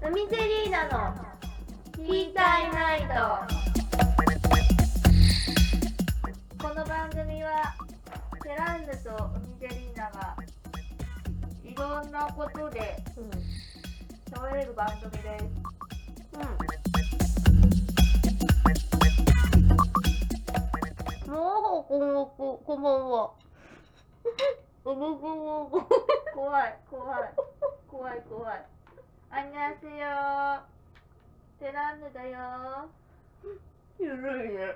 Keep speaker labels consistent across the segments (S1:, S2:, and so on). S1: 海ゼリーナのティータイナイトこの番組はテランヌと海ゼリーナがいろんなことで
S2: うんうん
S1: 喋れる番組です
S2: もうこんばんここんばんは。うぶぶぶぶ。
S1: 怖い怖い怖い怖いあんにゃせよテランヌだよ
S2: ゆるいね。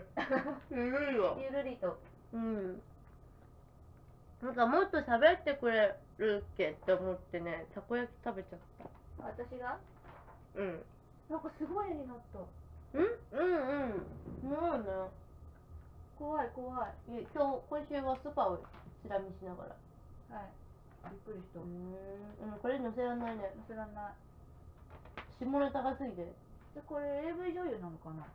S2: ゆるいわ。
S1: ゆるりと
S2: うん。なんかもっと喋ってくれるっけって思ってね、たこ焼き食べちゃった。
S1: 私が
S2: うん。ん
S1: なんかすごい絵になった
S2: うんうん。もうね。
S1: 怖い怖いはい
S2: 今日今週はスパをチラ見しながら。
S1: びっくりした
S2: うーん。うんこれ載せらんないね。
S1: 知らない
S2: 下ネタがすぎて。
S1: でこれ AV 女優なのかな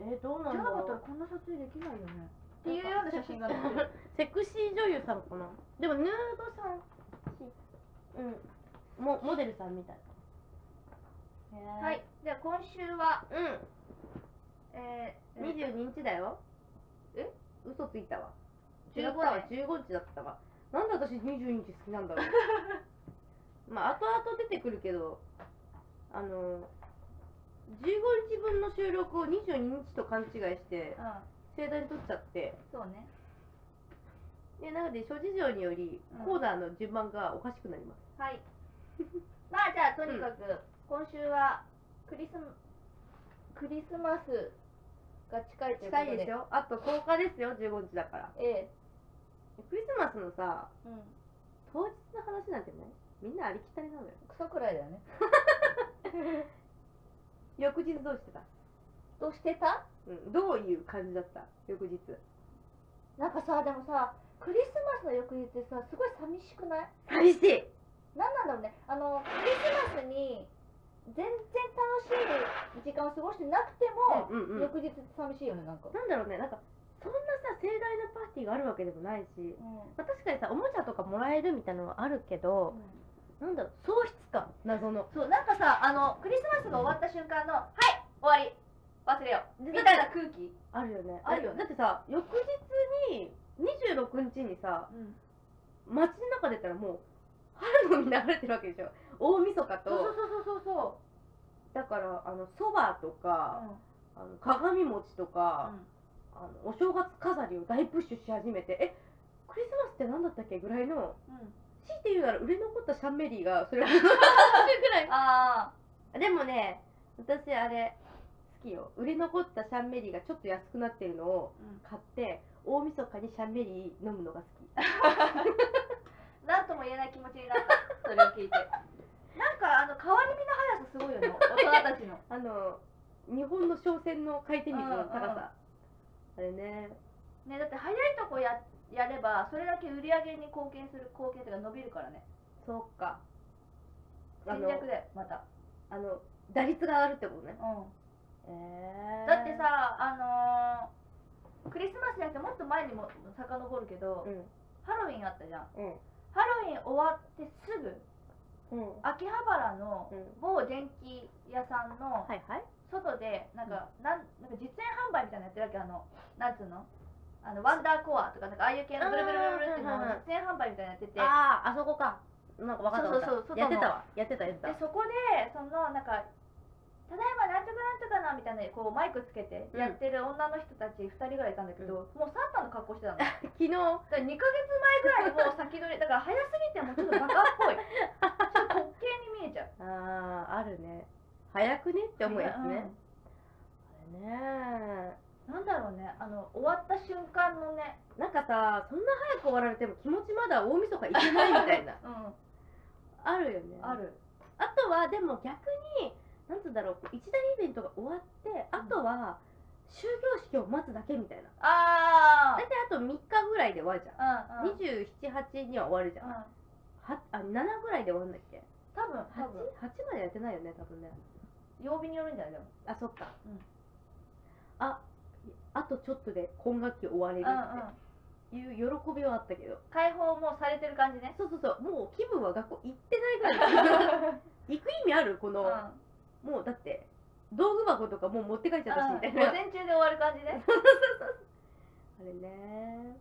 S2: えー、どうなん
S1: じゃ
S2: だ
S1: なかったら
S2: ろう。
S1: こんな撮影できないよねっていうような写真が載ってる
S2: セクシー女優さんかな。でもヌードさんし。うん。もモデルさんみたい。
S1: は。いじゃあ今週は
S2: う
S1: えー
S2: ん。二
S1: え
S2: 十二日だよ。
S1: え？
S2: 嘘ついたわ。
S1: 15
S2: 違ったわ。十五日だったわ。なんで私二十二日好きなんだろう。 まあ後々出てくるけど、あの十五日分の収録を二十二日と勘違いして
S1: ーうん
S2: 盛大に撮っちゃって。
S1: そうね
S2: でなので諸事情により
S1: うん
S2: コーナーの順番がおかしくなります。
S1: はい まあじゃあとにかく今週はクリスマクリスマスが近いということ
S2: 近
S1: で
S2: いでしょあと10日ですよ15日だから
S1: ええ
S2: クリスマスのさ
S1: うん
S2: 当日の話なんてねみんなありきたりなのよ
S1: 草くらいだよね
S2: 翌日どうしてた、
S1: どうしてた
S2: うん、どういう感じだった翌日
S1: なんかさでもさクリスマスの翌日ってさすごい寂しくない
S2: 寂しい
S1: なんなんだろうねあのクリスマスに全然楽しい時間を過ごしてなくても、
S2: うんうんうん
S1: 翌日って寂しいよねなんか、
S2: なんだろうねなんかそんなさ盛大なパーティーがあるわけでもないし、
S1: う
S2: まあ、確かにさおもちゃとかもらえるみたいなのはあるけど
S1: ん、
S2: なんだろう喪失感謎の
S1: そうなんかさあのクリスマスが終わった瞬間の「はい終わり忘れよう」み
S2: で
S1: たいな空気、
S2: あるよね
S1: あるよね
S2: だってさ翌日に26日にさ
S1: うん、
S2: 街の中出たらもう春のに流れてるわけでしょ大晦日
S1: そう そう
S2: と
S1: そうそうそう
S2: だからあのそばとか、
S1: ん
S2: あの鏡餅とか、
S1: うん
S2: あのお正月飾りを大プッシュし始めてえクリスマスって何だったっけぐらいの強いて言うなら売れ残ったシャンメリーがそれをぐらい
S1: あ
S2: でもね私あれ好きよ売れ残ったシャンメリーがちょっと安くなってるのを
S1: あ、うん、
S2: 買って大晦日にシャンメリー飲むのが好き
S1: なんとも言えない気持ちにな ったそれを聞いてなんかあの変わり身の速さすごいよね 大人たちの
S2: あの日本の商船の回転率の高さあれね
S1: ねだって早いとこややればそれだけ売り上げに貢献する貢献というか伸びるからね
S2: そうかあ
S1: 戦
S2: の
S1: 略でまた、
S2: あの打率があるってことね
S1: う
S2: え
S1: ん、
S2: ー
S1: だってさあのークリスマスじゃなくてもっと前にも遡るけど、
S2: うん
S1: ハロウィンあったじゃん
S2: うん
S1: ハロウィン終わってすぐ
S2: うん
S1: 秋葉原の
S2: うん
S1: 某電気屋さんの
S2: はいはい
S1: 外でなんか、なんなんか実演販売みたいなのやってるわけあのなんつうのあのワンダーコアとかなんかああいう系のブルブルブルブルっていうのを実演販売みたいなのやってて
S2: あああそこかなんか分かった分かった
S1: そうそうそう
S2: やってたわやってたやって
S1: で
S2: た
S1: そこでそのなんか「ただいまなんとかなんとかな」みたいなこうマイクつけてやってる女の人たち2人ぐらいいたんだけど、もうサンタの格好してたのだか
S2: 昨日
S1: ら2ヶ月前ぐらいもう先取りだから早すぎてもうちょっとバカっぽいちょっと滑稽に見えちゃう
S2: あああるね早くねって思うやつね、あれね
S1: うんなんだろうねあの終わった瞬間のね
S2: なんかさそんな早く終わられても気持ちまだ大晦日いけないみたいな
S1: うん
S2: あるよね
S1: ある
S2: あとはでも逆になんつうんだろう一大イベントが終わってあとは終業式を待つだけみたいな
S1: あ
S2: 大体あと3日ぐらいで終わるじゃん
S1: あうんうん
S2: 278には終わるじゃん
S1: うん
S2: はあ7ぐらいで終わるんだっけ
S1: 多分多
S2: 8,
S1: 分
S2: 8までやってないよね多分ね
S1: 曜日によるんじゃないでも
S2: あそっか、
S1: うん
S2: ああとちょっとで今学期終われる
S1: うんうん
S2: っていう喜びはあったけど、
S1: 解放もうされてる感じね
S2: そうそうそうもう気分は学校行ってないぐらい行く意味あるこ
S1: う
S2: の
S1: ん
S2: もうだって道具箱とかもう持って帰っちゃったしみたい
S1: 午
S2: なあ
S1: 前中で終わる感じ ね
S2: れね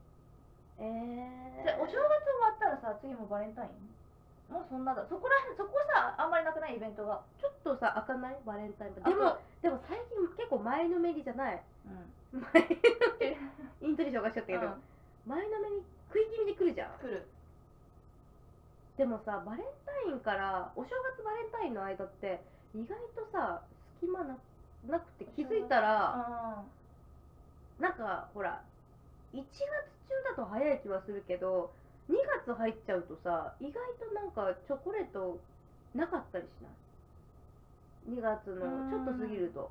S2: えー、
S1: じゃあお正月終わったらさ次もバレンタインもうそんなだそこら辺そこさあんまりなくないイベントが
S2: ちょっとさ開かないバレンタインで
S1: あ
S2: もでも最近結構前のめりじゃない
S1: うん
S2: 前イントネーションおかしかったけど、
S1: うん
S2: 前のめり食い気味で来るじゃん
S1: 来る
S2: でもさバレンタインからお正月バレンタインの間って意外とさ隙間ななくて気づいたら
S1: あ
S2: なんかほら1月中だと早い気はするけど2月入っちゃうとさ意外となんかチョコレートなかったりしない2月のちょっと過ぎると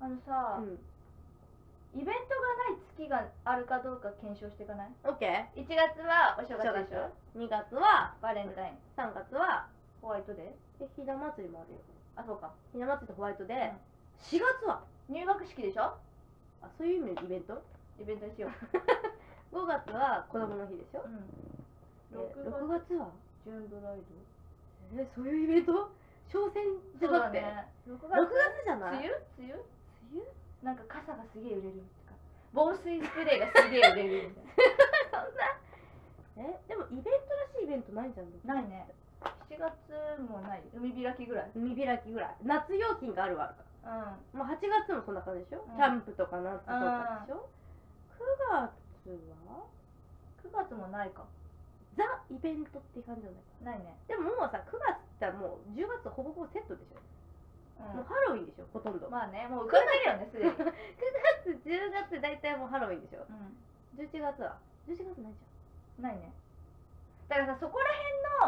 S1: あのさ、
S2: うん
S1: イベントがない月があるかどうか検証していかない
S2: OK
S1: 1月はお正
S2: 正
S1: 月でし
S2: 月
S1: ょ
S2: 2月は
S1: バレンタイン
S2: 3月は
S1: ホワイトデー
S2: えひな祭りもあるよ
S1: あそうか
S2: ひな祭りとホワイトで、
S1: ん
S2: 4月は
S1: 入学式でしょ
S2: あそういう意味のイベント
S1: イベントにしよう、
S2: 5月は子供の日でしょ、
S1: うん、
S2: え
S1: 6
S2: 6,
S1: 月
S2: 月は
S1: ジューンブライド
S2: えそういうイベント商戦じゃなくて、
S1: 6
S2: 6
S1: 月
S2: 月じゃない
S1: 梅雨梅雨
S2: 梅雨
S1: なんか傘がすげえ売れるとか防水スプレーがすげえ売れるみたい
S2: えでもイベントらしいイベントないじゃん
S1: なないね7月もない海開きぐらい
S2: 海開きぐらい夏用品があるわあるか
S1: うん
S2: もう8月もそんな感じでしょ、
S1: うん
S2: キャンプとか夏とかでしょ、9月は
S1: 9月もないか
S2: ザ・イベントって感じじゃな
S1: な
S2: い
S1: いね
S2: でももうさ9月ってもう10月とほぼほぼセットでしょ、もう
S1: う
S2: ハロウィンでしょほとんど、
S1: んまあねもう浮かんでるよねすで に、うん、
S2: 9月10月大体もうハロウィンでしょ11月は11月ないじ
S1: ないねだからさそこら
S2: ゃ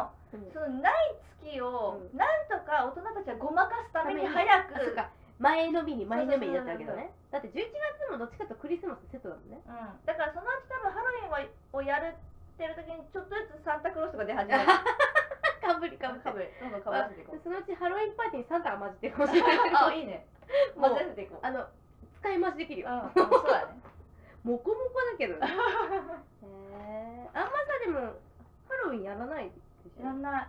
S2: ん、うん
S1: 辺のそのない月を、
S2: う
S1: なんとか大人たちはごまかすために早く
S2: あそうか前のみに前のみになったわけだねだって11月もどっちかというとクリスマスセットだもんね
S1: うん、だからそのうち多分ハロウィンはをやるってる時にちょっとずつサンタクロースとか出始 める
S2: かぶり
S1: か
S2: かぶり
S1: ぶりどんどんかぶらせていこう
S2: そのうちハロウィンパーティーにサンタが混じってるかもしれない
S1: あいいね
S2: もう
S1: 混ぜていこう
S2: あの使い回しできるよ
S1: うんそうだね
S2: モコモコだけどねへえあんまさでもハロウィンやらないでしょ
S1: やんな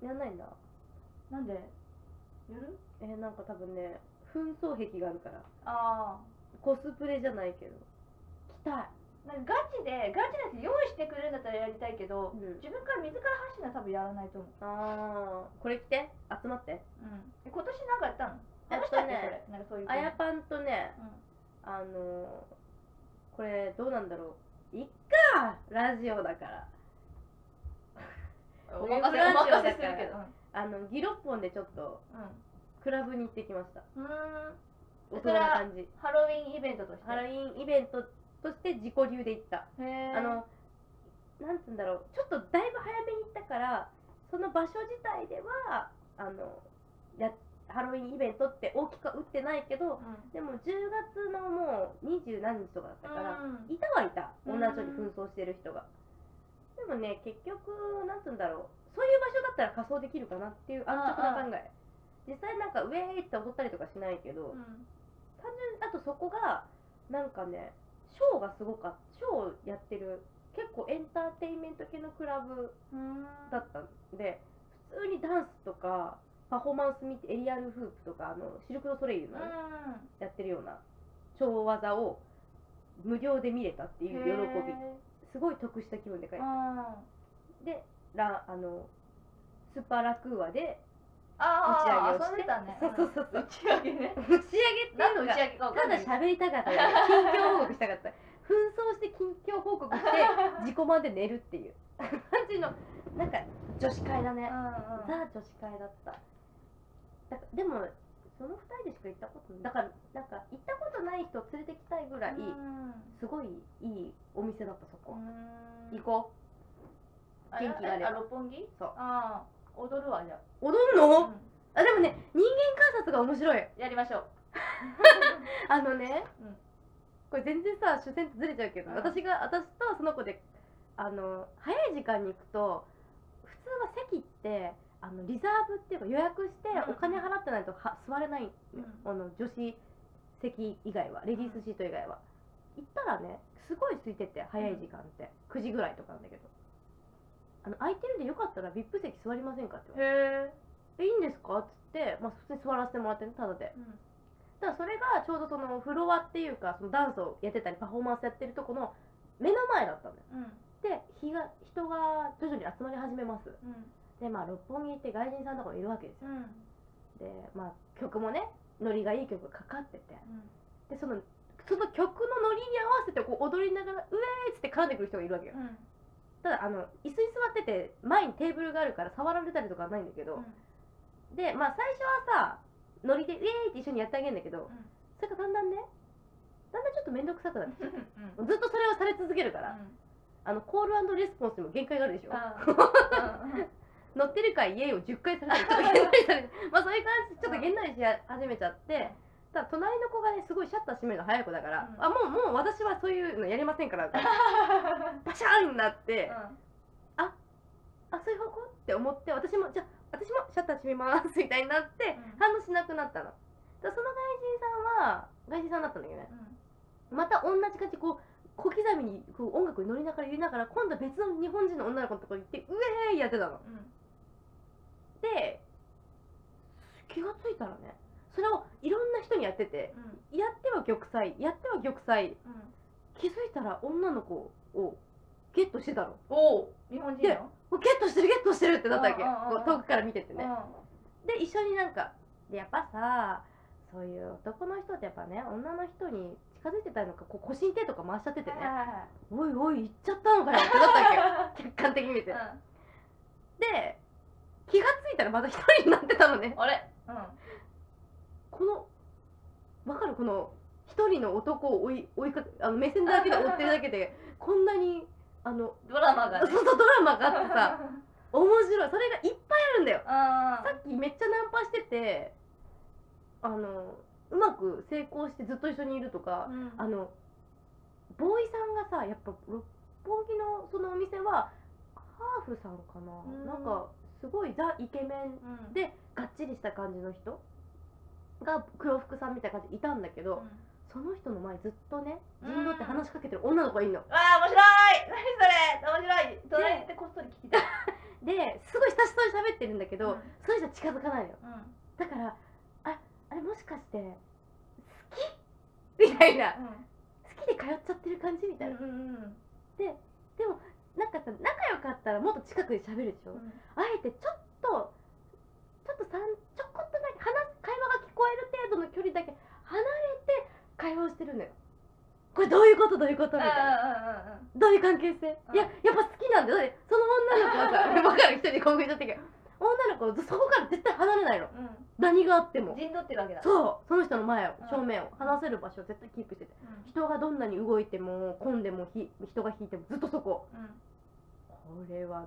S1: い
S2: やらないんだ
S1: なんでやる
S2: えーなんか多分ね紛争癖があるから
S1: あ
S2: コスプレじゃないけど着たい、
S1: あなんかガチでガチなやつ用意してくれるんだったらやりたいけど
S2: うん、
S1: 自分から自ら発信は多分やらないと思う、
S2: あーこれ着て集まって
S1: うん、え今年なんかやったの
S2: え
S1: やしたっけそ
S2: あとね
S1: れなんかそういう
S2: あやぱんとね
S1: うん
S2: あのーこれどうなんだろういっかラジオだから
S1: お
S2: ウェ
S1: 任せ
S2: ブ
S1: お
S2: ラジオ
S1: 任
S2: だ
S1: せす
S2: から
S1: るけど
S2: あのギロッポンでちょっとクラブに行ってきました
S1: うん、うん、
S2: 大人な感じ
S1: ハロウィンイベントとして
S2: ハロウ
S1: ン
S2: ィンイベントとして自己流で行った
S1: へえ
S2: あのなんつうんだろうちょっとだいぶ早めに行ったからその場所自体ではあのやハロウィンイベントって大きくは打ってないけ
S1: う
S2: ど
S1: ん
S2: でも10月のもう二十何日とかだったから、
S1: うん
S2: いたはいた
S1: う
S2: 同
S1: ん
S2: じように紛争してる人が、でもね結局なんつうんだろうそういう場所だったら仮装できるかなっていう安直な考え実際なんかウェーイって踊ったりとかしないけど、
S1: うん
S2: 単純にあとそこがなんかねショーがすごかったショーをやってる結構エンターテインメント系のクラブ
S1: うん
S2: だったんで普通にダンスとかパフォーマンス見てエリアルフープとかあのシルク・ドゥソレイユのね、
S1: うん
S2: やってるような超技を無料で見れたっていう喜びすごい得した気分で帰
S1: び
S2: っ
S1: うんあ
S2: でラあのスーパーラクーアで
S1: あ
S2: 打ち上げ
S1: 遊ん
S2: をして
S1: でたね
S2: そうそうそうそう
S1: 打ち上げ ね
S2: 打ち上げっていう
S1: 何の打
S2: のが
S1: ち上げか分か
S2: た
S1: んな
S2: だ
S1: い
S2: 喋りたかった よね近況報告したかった紛争して近況報告して自己満で寝るっていう感じのなんか女子会だね
S1: う
S2: ザ女子会だっただからでもその2人でしか行ったことないだからなんか行ったことない人を連れてきたいぐら
S1: ん
S2: い、
S1: うんうん
S2: すごいいいお店だったそこ、
S1: うん
S2: 行こ
S1: あ
S2: 元気があれ
S1: あ
S2: ば
S1: 六本木
S2: そう
S1: ああ踊るわじゃ
S2: う踊る
S1: あ、
S2: の、
S1: う
S2: あでもね人間観察が面白い
S1: ん、やりましょう
S2: あのね、
S1: うん
S2: これ全然さ主戦とずれちゃうけど、
S1: うん
S2: 私が私とその子であの早い時間に行くと普通は席ってあのリザーブっていうか予約して
S1: うん
S2: お金払ってないとは座れないのよ、
S1: う
S2: あの女子席以外はレディースシート以外は、行ったらねすごい空いてて早い時間って、9時ぐらいとかなんだけどあの空いてるんでよかったら VIP 席座りませんかって言われ
S1: へえ
S2: て「えいいんですか?」っつって、まあ、普通に座らせてもらってねただで
S1: うん
S2: ただそれがちょうどそのフロアっていうかそのダンスをやってたりパフォーマンスやってるとこの目の前だったのよ
S1: うん
S2: で日が人が徐々に集まり始めます
S1: うん
S2: でまあ六本木行って外人さんとかもいるわけですよ
S1: うん
S2: でまあ曲もねノリがいい曲がかかってて
S1: うん
S2: でそのその曲のノリに合わせてこう踊りながら「うえー!」っつって絡んでくる人がいるわけよ
S1: うん
S2: ただあの椅子に座ってて前にテーブルがあるから触られたりとかはないんだけど、でまあ最初はさノリで「イエーイ!」って一緒にやってあげるんだけど、
S1: ん
S2: それがだんだんねだんだんちょっと面倒くさくなって
S1: うんうん
S2: ずっとそれをされ続けるから、
S1: う
S2: あのコールレスポンスにも限界があるでしょ
S1: んあーうんうん
S2: 乗ってるかイエーイを10回された りちょっとげんなりされてまあそういう感じでちょっとげんなりし始めちゃってただ隣の子がねすごいシャッター閉めるの早い子だから、
S1: うん
S2: あもうもう私はそういうのやりませんからバシャーンになって、あそういう方向って思って私もじゃあ私もシャッター閉めますみたいになって、
S1: うん
S2: 反応しなくなったのだからその外人さんは外人さんだったんだけどねまた同じ感じでこう小刻みにこう音楽に乗りながら入れながら今度は別の日本人の女の子のところに行ってウェーイやってたの
S1: うん
S2: で気がついたらねそれをいろんな人にやってて
S1: うん
S2: やっては玉砕やっては玉砕
S1: うん
S2: 気づいたら女の子をゲットしてたの
S1: おお日本人
S2: で
S1: よ
S2: もうゲットしてるゲットしてるってなったわけ
S1: うんうんうんうん
S2: こう遠くから見てて
S1: う
S2: ね
S1: ん
S2: で一緒になんかでやっぱさそういう男の人ってやっぱね女の人に近づいてたりのかこう腰に手とか回しちゃっててね「おいおい行っちゃったのかよ」ってなったわけ客観的に見て
S1: う
S2: で気がついたらまた一人になってたのね
S1: んあれうん
S2: このわかるこの一人の男を追い追いかけあの目線だけで追ってるだけでこんなにあの
S1: ドラマが
S2: そうそうドラマがあってさ面白いそれがいっぱいあるんだよ
S1: あ
S2: さっきめっちゃナンパしててあのうまく成功してずっと一緒にいると
S1: あ
S2: か、
S1: うん
S2: あのボーイさんがさやっぱ六本木のそのお店はハーフさんかな、
S1: うん
S2: なんかすごいザイケメン
S1: うん
S2: でがっちりした感じの人が黒服さんみたいな感じでいたんだけ
S1: う
S2: ど、
S1: ん
S2: その人の前ずっとね
S1: うん
S2: 人狼って話しかけてる女の子がいるの、
S1: わあ面白い何それ面白い隣に行ってこっそり聞きたい
S2: ですごい親しそうに喋ってるんだけ
S1: う
S2: ど、
S1: ん
S2: その人は近づかないのよ
S1: うん
S2: だからああれもしかして好きみたいな好きで通っちゃってる感じみたいな、
S1: うんうんうん
S2: でもなんかさ仲良かったらもっと近くで喋るでしょ、
S1: うん
S2: あえてちょっとちょっとさんちょこっとだけ話会話が聞こえる程度の距離だけ離れて会話をしてるのよこれどういうことどういうことみたいな
S1: う
S2: どういう関係性
S1: うん
S2: いややっぱ好きなんだよだってその女の 子はさ分かる一人で興奮しちゃったけど女の子はずそこから絶対離れないの
S1: んうんうん
S2: 何があって
S1: う
S2: も
S1: ん陣取ってるわけだ
S2: そうその人の前を
S1: うん
S2: 正面を話せる場所を絶対キープしてて
S1: うん
S2: 人がどんなに動いても混んでもひ人が引いてもずっとそこ
S1: うん
S2: これ は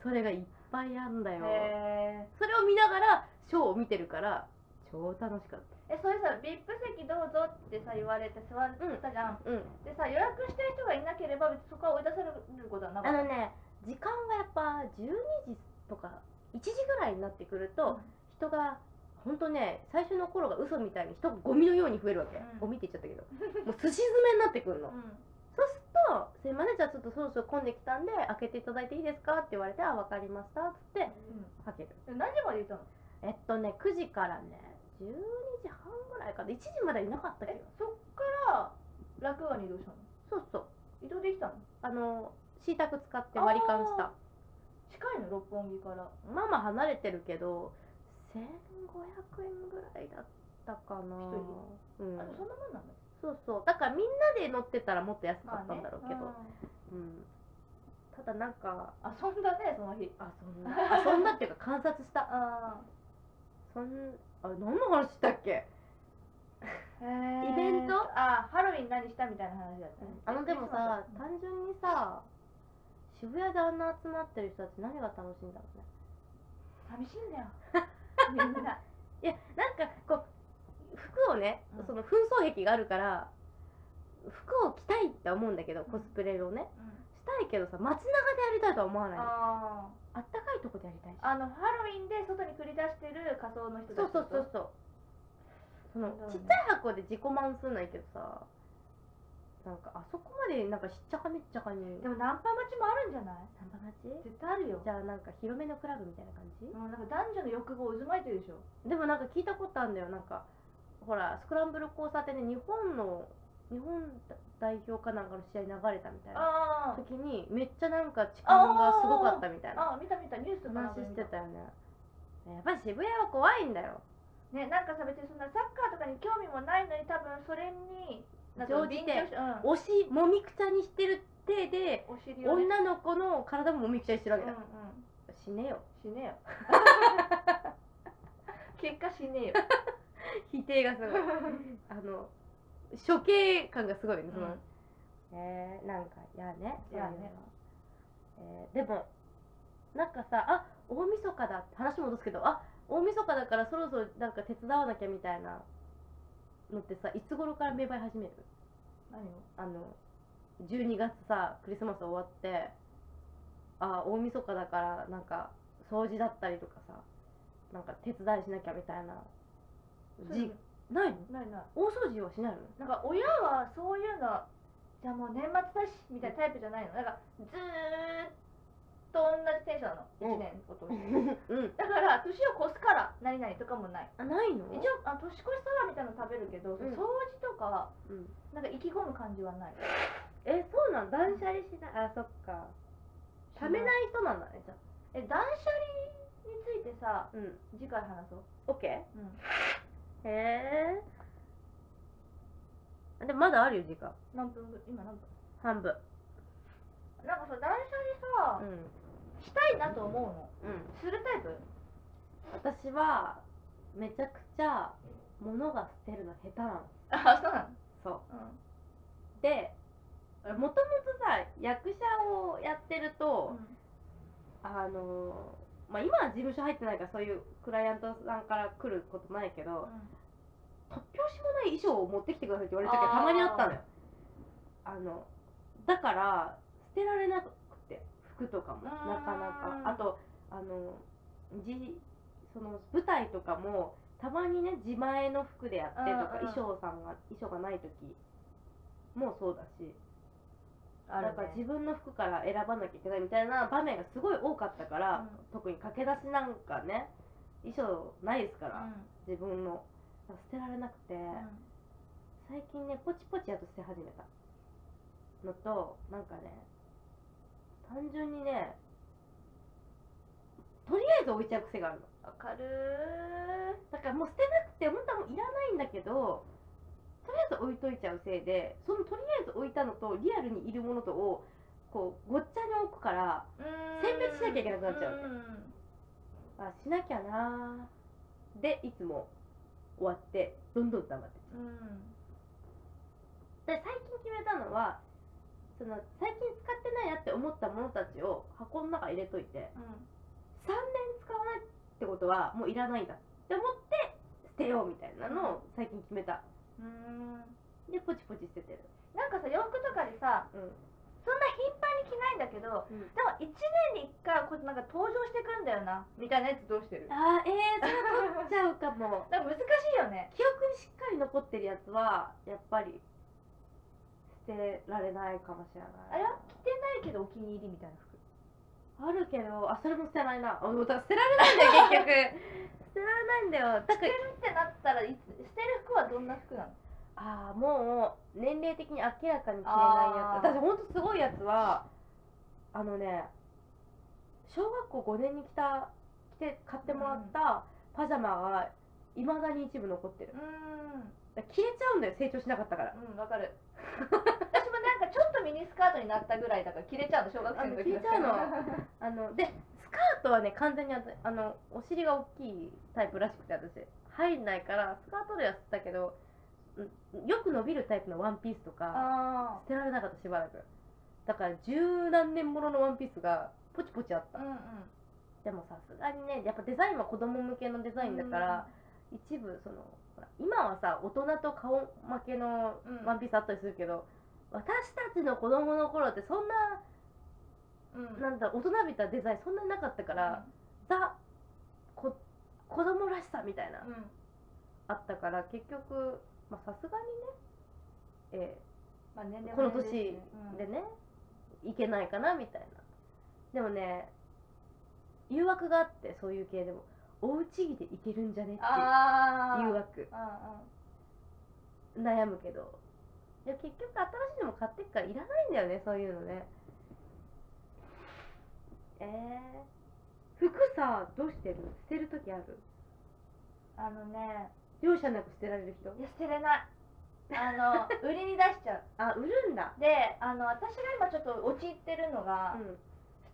S2: それがいっぱいあんだよ
S1: へ
S2: それを見ながらショーを見てるから超楽しかっ
S1: ーえそれさ VIP 席どうぞってさ言われて座ったじゃん
S2: たうん
S1: でさ予約してる人がいなければ別にそこは追い出されることはなか
S2: あ
S1: った
S2: のね時間がやっぱ12時とか1時ぐらいになってくると、人がほんとね最初の頃が嘘みたいに人がゴミのように増えるわけ、
S1: うん
S2: ゴミって言っちゃったけど もうすし詰めになってくるの、
S1: うん
S2: そうすると「すいませんじゃあちょっとそろそろ混んできたんで開けていただいていいですか?」って言われて「あ分かりました」っつって開ける
S1: うん何時までいたの
S2: えっとね9時からね12時半ぐらいかな1時までいなかったけ
S1: え
S2: ど
S1: そっから楽に移動したの
S2: そうそう
S1: 移動できたの
S2: あのシータク使って割り勘した
S1: 近いの六本木から
S2: まあまあ離れてるけど1500円ぐらいだったかな
S1: 一
S2: うん
S1: あでもそんなもんなんだ
S2: そうそうだからみんなで乗ってたらもっと安かったんだろうけど、
S1: う
S2: うん、ただなんか
S1: ん遊んだねその日
S2: 遊ん だ遊んだっていうか観察した
S1: あ
S2: そんあれ何の話したっけ、
S1: へー
S2: イベント
S1: あハロウィン何したみたいな話だったね
S2: あのでもさ
S1: クリスマ
S2: 単純にさ渋谷であんな集まってる人たち何が楽しいんだろうね
S1: ス寂しいんだよみん ない
S2: やなんかこう服をね、
S1: うん
S2: その紛争癖があるから服を着たいって思うんだけどコスプレをねしたいけどさ街中でやりたいとは思わないの
S1: あ
S2: あったかいとこでやりたいし
S1: ーあのハロウィンで外に繰り出してる仮装の人たち
S2: そうそうそうそうその
S1: そうだよね
S2: ちっちゃい箱で自己満すんないけどさなんかあそこまでなんかしっちゃかめっちゃかに
S1: でもナンパ待ちもあるんじゃない
S2: ナンパ待ち
S1: 絶対あるよ
S2: じゃあなんか広めのクラブみたいな感じ
S1: うん、なんか男女の欲望渦巻いてるでしょ
S2: でもなんか聞いたことあるんだよなんかほらスクランブル交差点で日本の日本代表かなんかの試合流れたみたいな
S1: あ
S2: 時にめっちゃなんか痴漢がすごかったみたいな
S1: ああ見た見たニュースとかなん
S2: 話
S1: か見
S2: してたよねやっぱり渋谷は怖いんだよ
S1: ねなんかさ別にそんなサッカーとかに興味もないのに多分それになんか
S2: 乗じて
S1: 勉強しうん
S2: 推しもみくちゃにしてる手で
S1: お尻をね
S2: 女の子の体ももみくちゃにしてるわけだ、
S1: うんうん
S2: 死ねよ
S1: 死ねよ結果死ねよ、
S2: 否定がすごいあの処刑感がすごいね、
S1: うん
S2: そのえー、なんか嫌ねそういう
S1: 嫌
S2: の
S1: ね
S2: えーでもなんかさあ大晦日だ話戻すけどあ大晦日だからそろそろなんか手伝わなきゃみたいなのってさいつ頃から芽生え始める
S1: 何を
S2: あの12月さクリスマス終わってあ大晦日だからなんか掃除だったりとかさなんか手伝いしなきゃみたいなじないの
S1: ないない
S2: 大掃除はしないの
S1: なんか親はそういうのじゃあもう年末だしみたいなタイプじゃないのなんかずーっと同じテンションなの
S2: うん
S1: 1年ごとに、
S2: うん
S1: だから年を越すから何々とかもない
S2: あないの
S1: 一応あ年越しそばみたいなの食べるけど、
S2: ん
S1: 掃除とか
S2: うん
S1: なんか意気込む感じはない
S2: えそうなん断捨離しないあそっかためない人なんだねじゃあ
S1: え断捨離についてさ
S2: うん
S1: 次回話そう
S2: オッケ
S1: うん
S2: ーへえでもまだあるよ時間
S1: 何分ぐ今何分
S2: 半分
S1: なんかさ断捨
S2: う
S1: 離さ、
S2: ん
S1: したいなと思うの
S2: うん
S1: するタイプ
S2: 私はめちゃくちゃ物が捨てるの下手なの
S1: あそうな
S2: そう
S1: の
S2: でもともとさ役者をやってる
S1: う
S2: と
S1: ん、
S2: あのーまあ、今は事務所入ってないからそういうクライアントさんから来ることないけど突拍子もない衣装を持ってきてくださいって言われた時は
S1: あー
S2: たまにあったのよあのだから捨てられなくて服とかも
S1: う
S2: な
S1: ーん
S2: かなかあとあのじその舞台とかもたまにね自前の服でやってとか
S1: うんうん
S2: 衣装さんが衣装がない時もそうだし
S1: あ
S2: だから自分の服から選ばなきゃいけないみたいな場面がすごい多かったから、特に駆け出しなんかね衣装ないですから、自分のだから捨てられなくて、最近ねポチポチやっと捨て始めたのとなんかね単純にねとりあえず置いちゃう癖があるの
S1: わかるー
S2: だからもう捨てなくて本当はもういらないんだけどとりあえず置いといちゃうせいでそのとりあえず置いたのとリアルにいるものとをこうごっちゃに置くから選別しなきゃいけなくなっちゃうわけ
S1: ん
S2: あしなきゃなーでいつも終わってどんどん黙って
S1: うん
S2: で最近決めたのはその最近使ってないなって思ったものたちを箱の中入れといて
S1: うん
S2: 3年使わないってことはもういらないんだって思って捨てようみたいなのを最近決めた
S1: うん
S2: でポチポチ捨ててる
S1: なんかさ洋服とかでさ
S2: うん
S1: そんな頻繁に着ないんだけど
S2: うん
S1: でも1年に1回こうなんか登場してくんだよなみたいなやつどうしてる
S2: あーえー、それ取っちゃうかも
S1: なんか難しいよね
S2: 記憶にしっかり残ってるやつはやっぱり捨てられないかもしれない
S1: あれは着てないけどお気に入りみたいな服
S2: あるけどあそれも捨てないなあもうだから捨てられないんだよ 結局捨てられないんだよだから
S1: ってなったらいつ捨てる服はどんな服なの
S2: ああもう年齢的に明らかに着れないやつ
S1: あー
S2: 私ほんとすごいやつはあのね小学校5年に着た着て買ってもらったパジャマがいまだに一部残ってる
S1: う
S2: だから消えちゃうんだよ成長しなかったから
S1: んうんわかる私もなんかちょっとミニスカートになったぐらいだから着れちゃうの小学
S2: あ
S1: 生の
S2: の消
S1: 時
S2: えちゃうのあのでスカートはね完全にあたあのお尻が大きいタイプらしくて私入んないからスカートでは捨てたけどうんよく伸びるタイプのワンピースとか
S1: あ
S2: 捨てられなかったしばらくだから十何年もののワンピースがポチポチあっ
S1: あう
S2: た、
S1: んうん
S2: でもさすがにねやっぱデザインは子供向けのデザインだから、一部そのほら今はさ大人と顔負けの
S1: うん
S2: ワンピースあったりするけど、私たちの子供の頃ってそんな
S1: うん
S2: なんだ大人びたデザインそんなになかったから、ザこ子供らしさみたいな、
S1: うんうん
S2: あったから結局まあさすがにね、え
S1: まあ年齢
S2: この
S1: も年齢
S2: で
S1: ですね
S2: ねいけないかなみたいなでもね誘惑があってそういう系でもおうち着でいけるんじゃねっていう
S1: ああ
S2: 誘惑悩むけどでも結局新しいのも買ってっからいらないんだよねそういうのねえー、服さどうしてる捨てる時ある
S1: あのね
S2: 容赦なく捨てられる人
S1: いや捨てれないあ の売りに出しちゃう
S2: あ売るんだ
S1: であの私が今ちょっと陥ってるのが、
S2: う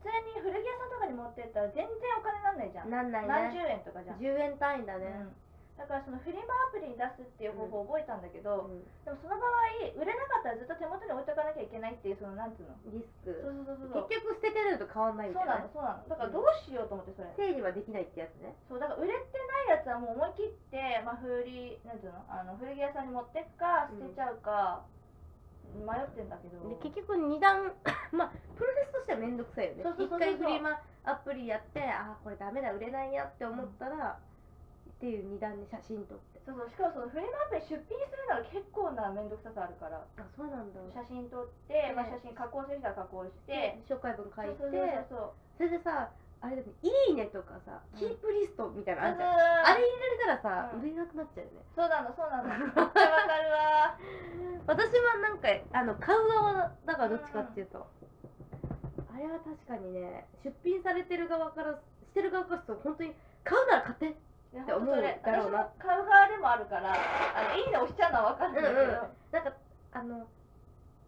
S1: 普通に古着屋さんとかに持ってったら全然お金なんないじゃん、
S2: んなんない
S1: 何
S2: ね
S1: 十円とかじゃん、
S2: 10円単位だね、
S1: うんだからそのフリマアプリに出すっていう方法を覚えたんだけど、
S2: うん
S1: でもその場合売れなかったらずっと手元に置いとかなきゃいけないっていうそのなんつうの
S2: リスク
S1: そうそうそうそう
S2: 結局捨ててるのと変わんないみ
S1: そ
S2: た
S1: う
S2: いな
S1: な
S2: ね
S1: のそうなのだからどうしようと思ってそれ、
S2: 整理はできないってやつね
S1: そうだから売れてないやつはもう思い切って、まあ、古着なんていうのあの古着屋さんに持ってくか捨てちゃうか、迷ってんだけど
S2: で結局二段 まあプロセスとしては面倒くさいよね
S1: そうそうそうそう
S2: 一回フリマアプリやってあーこれダメだ売れないやって思ったら、っていう二段で写真撮って
S1: そうそうしかもそのフリマアプリ出品するのが結構な面倒くささあるから
S2: あそうなんだ
S1: 写真撮って、まあ、
S2: ね
S1: 写真加工する人は加工して、
S2: 紹介文書いて
S1: そうそうそうそう
S2: それでさあれだね「いいね」とかさ、
S1: うん
S2: キープリストみたいなのあるじゃん、あ
S1: あ
S2: れ入れられたらさ、
S1: うん
S2: 売れなくなっちゃうよね
S1: そうなのそうなのめっちゃわかるわ
S2: 私はなんかあの買う側だからどっちかっていうと、あれは確かにね出品されてる側からしてる側からすると本当に買うなら買って
S1: いや
S2: って思う
S1: ほんとそれ
S2: だろうな
S1: 私も買う側でもあるからあのいいね押しちゃうのはわかるんだけど、
S2: うんうんなんかあの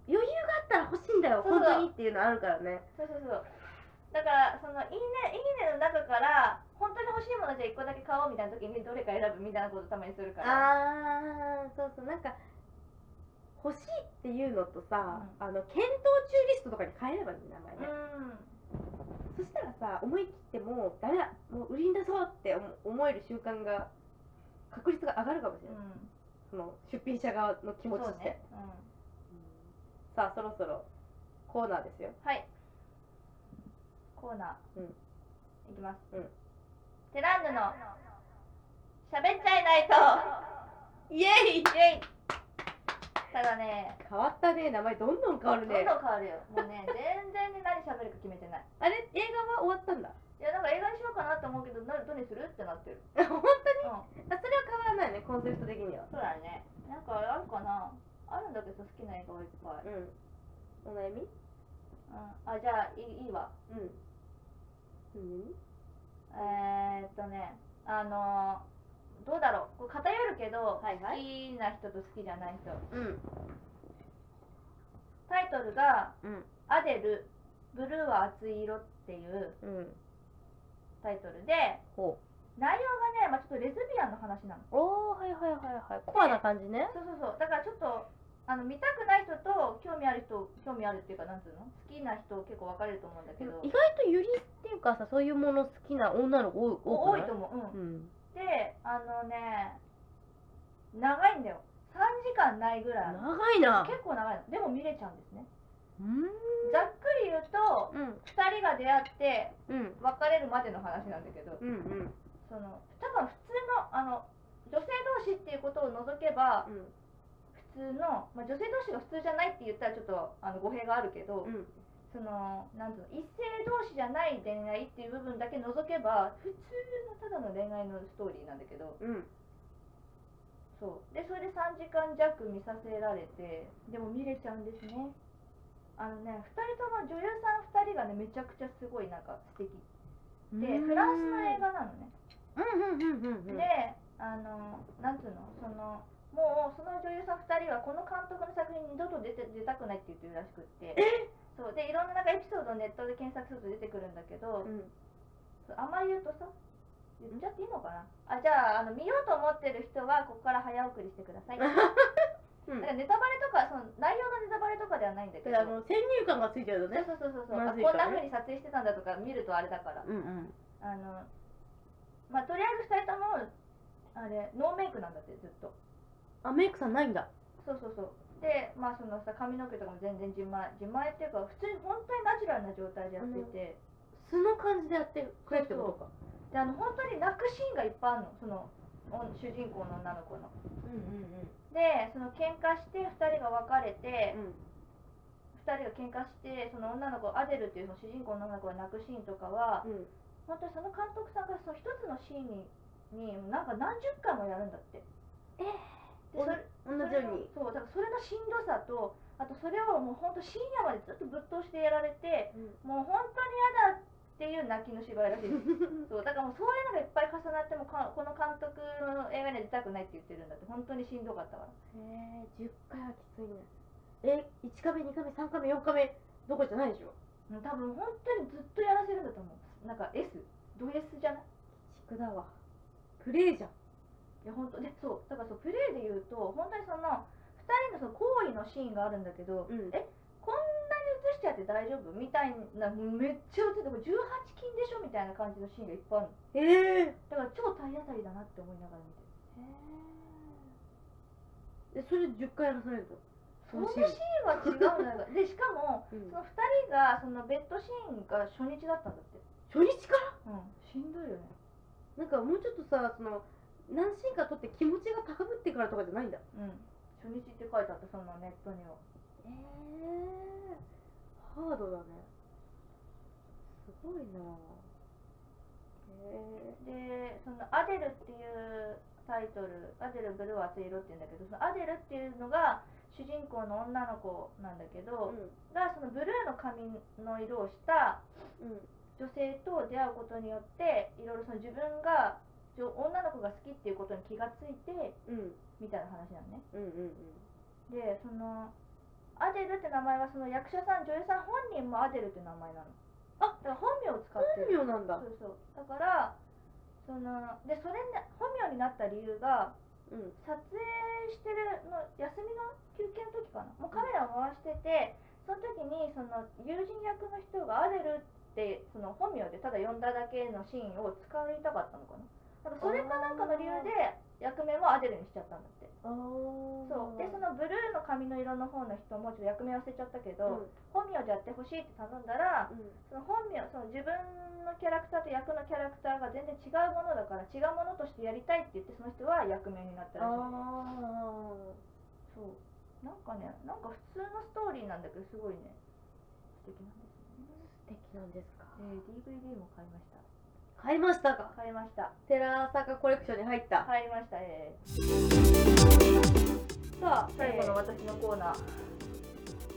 S2: 余裕があったら欲しいんだよ
S1: そうそう
S2: 本当にっていうのあるからね
S1: そうそうそうだからそのいいねいいねの中から本当に欲しいものじゃあ1個だけ買おうみたいな時にどれか選ぶみたいなことたまにするからあ
S2: あーそうそうなんか欲しいっていうのとさ、あの検討中リストとかに変えればいい名前
S1: う
S2: ね、
S1: ん
S2: そしたらさ思い切ってもうダメだもう売りに出そうって思思える習慣が確率が上がるかもしれない、
S1: うん
S2: その出品者側の気持ち
S1: そ
S2: っ
S1: う
S2: て、
S1: ね、うん、
S2: さあそろそろコーナーですよ
S1: はいコーナー、
S2: うん
S1: いきます、
S2: うん
S1: テランヌの「喋っちゃいないと」
S2: イ
S1: イ
S2: エイ
S1: エイただね
S2: 変わったね名前どんどん変わる
S1: どん
S2: ね
S1: どん変わるよもうね全然ね何喋るか決めてない
S2: あれ映画は終わったんだ
S1: いやなんか映画にしようかなって思うけどなどれにするってなってる
S2: 本当に
S1: うん
S2: あそれは変わらないねコンセプト的には
S1: そうだねなんかあるかなあるんだけど好きな映画はいっぱい、うん、
S2: うんお悩み
S1: あじゃあいいいいわ
S2: うんうん
S1: えー、っとねあのーどうだろうこれ偏るけど、
S2: はいは
S1: 好き
S2: い
S1: な人と好きじゃない人
S2: うん
S1: タイトルが
S2: うん
S1: 「アデルブルーは熱い色」っていう
S2: うん
S1: タイトルで
S2: ほ
S1: 内容がね、まあ、ちょっとレズビアンの話なの
S2: うおーはいはいはいはいコアな感じね
S1: そうそうそうだからちょっとあの見たくない人と興味ある人興味あるっていうかなんつうの好きな人結構分かれると思うんだけ
S2: でも
S1: ど
S2: 意外とユリっていうかさそういうもの好きな女の子多
S1: お
S2: 多
S1: 多
S2: く
S1: い
S2: ない
S1: と思ううん
S2: うん
S1: であのね長いんだよ3時間ないぐらい
S2: 長いな
S1: 結構長いのでも見れちゃうんですね
S2: うん
S1: ざっくり言うと
S2: うん
S1: 2人が出会って
S2: うん
S1: 別れるまでの話なんだけど
S2: うんうん
S1: その多分普通のあの女性同士っていうことを除けば
S2: うん
S1: 普通の、まあ、女性同士が普通じゃないって言ったらちょっとあの語弊があるけど、
S2: うん
S1: そのなんつうの一性同士じゃない恋愛っていう部分だけ除けば普通のただの恋愛のストーリーなんだけど
S2: うん
S1: そうでそれで3時間弱見させられてでも見れちゃうんですねあのね2人とも女優さん2人がねめちゃくちゃすごいなんか素敵でフランスの映画なのね、
S2: うんうんうんうんうん
S1: であのなんつうのそのもうその女優さん2人はこの監督の作品に二度と出て出たくないって言ってるらしくってそうでいろんななんかエピソードをネットで検索すると出てくるんだけど、
S2: うん
S1: そうあんまり言うとさ言っちゃっていいのかなあじゃああの見ようと思ってる人はここから早送りしてください
S2: うん
S1: だからネタバレとかその内容がネタバレとかではないんだけ
S2: だ
S1: ど
S2: からあの先入観がついちゃうとね
S1: そうそうそうそう、あ
S2: まずい
S1: こ
S2: か
S1: ん
S2: ら
S1: な
S2: ね
S1: 風に撮影してたんだとか見るとあれだから
S2: うんうん
S1: あのまあとりあえず2人ともあれノーメイクなんだってずっと
S2: あメイクさんないんだ
S1: そうそうそうでまあそのさ髪の毛とかも全然自前自前っていうか普通に本当にナチュラルな状態でやってて、
S2: 素の感じでやってくれってことか
S1: であの本当に泣くシーンがいっぱいあるのそのお主人公の女の子の
S2: うんうん
S1: でその喧嘩して2人が別れて
S2: うん
S1: 2人が喧嘩してその女の子アデルっていうその主人公の女の子が泣くシーンとかは
S2: うん
S1: 本当にその監督さんがその1つのシーンにになんか何十回もやるんだって
S2: え
S1: で
S2: ー
S1: それ
S2: 同じように
S1: それのそうだからそれのしんどさとあとそれをもう本当深夜までずっとぶっ通してやられてもう本当に嫌だっていう泣きの芝居らしいです そうだからもうそういうのがいっぱい重なってもかこの監督の映画には出たくないって言ってるんだって本当にしんどかったから
S2: えー、10回はきついねえ1カ目2カ目3カ目4カ目どころじゃないでしょ
S1: うん多分本当にずっとやらせるんだと思うなんか S ド S じゃない
S2: 地区だわプレイじゃん
S1: いや本当でそうだからそうプレイで言うと本当にその2人のその行為のシーンがあるんだけど
S2: うん
S1: えこんなに映しちゃって大丈夫みたいなめっちゃ映ってこれ18禁でしょみたいな感じのシーンがいっぱいあるの
S2: えー、
S1: だから超体当たりだなって思いながら見てる
S2: えそれ10回やらされるの
S1: そのシーンは違うんだよでしかも
S2: うん
S1: その2人がそのベッドシーンが初日だったんだって
S2: 初日から
S1: うんしんどいよね
S2: なんかもうちょっとさその何シーンか撮って気持ちが高ぶってからとかじゃないんだ
S1: うん初日って書いてあったそのネットには
S2: えハードだねすごいなえ
S1: でそのアデルっていうタイトルアデルブルーは熱い色って言うんだけどそのアデルっていうのが主人公の女の子なんだけ
S2: うん
S1: ど、がそのブルーの髪の色をした
S2: うん
S1: 女性と出会うことによっていろいろその自分がじょ女の子が好きっていうことに気がついて
S2: うん
S1: みたいな話なのね
S2: うんうん
S1: でそのアデルって名前はその役者さん女優さん本人もアデルって名前なのあだから本名を使ってる
S2: 本名なんだ
S1: そうそうだからそのでそれね本名になった理由が
S2: うん
S1: 撮影してるの休みの休憩の時かなもうカメラを回しててその時にその友人役の人が「アデル」ってその本名でただ呼んだだけのシーンを使いたかったのかななんかそれかなんかの理由で役名もアデルにしちゃったんだって
S2: ああ
S1: そうでそのブルーの髪の色の方の人もちょっと役名忘れちゃったけど、
S2: うん
S1: 本名でやってほしいって頼んだら、
S2: うん
S1: その本名その自分のキャラクターと役のキャラクターが全然違うものだから違うものとしてやりたいって言ってその人は役名になったらしい
S2: あ
S1: そうなんかねなんか普通のストーリーなんだけどすごいね素敵なんです
S2: ー素敵なんですか
S1: えー、DVD も買いました
S2: 買いましたか
S1: 買いました
S2: テラサカコレクションに入った
S1: 買いましたえー、
S2: さあ
S1: 最後の私のコーナー、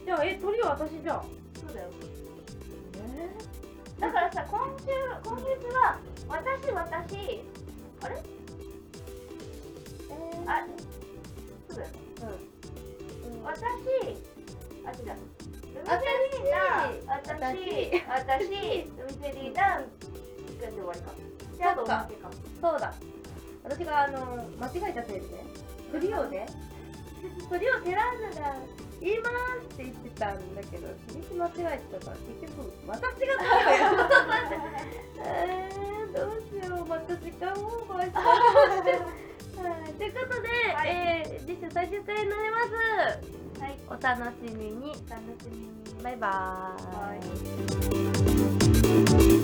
S2: じゃあえ鳥は私じゃん
S1: そうだよ
S2: え
S1: だからさ今週今月は私私
S2: ー
S1: あそうだよ
S2: うん
S1: 私あ違うルミゼリーナ
S2: 私
S1: 私私ルミゼリーナ一回で終わりかじゃあ
S2: そ
S1: ど
S2: っ
S1: う
S2: か
S1: かけか
S2: そうだ私があの間違えたせいでね鳥をね 鳥をテラーズが言いますって言ってたんだけど日にち間違えてたから結局私が取ればよか ったえー、どうしようまた時間オーバーしちゃったはいということで、
S1: はい
S2: えー、実写最終回になります
S1: はい
S2: お楽しみに
S1: 楽しみに
S2: バイバーイ
S1: はい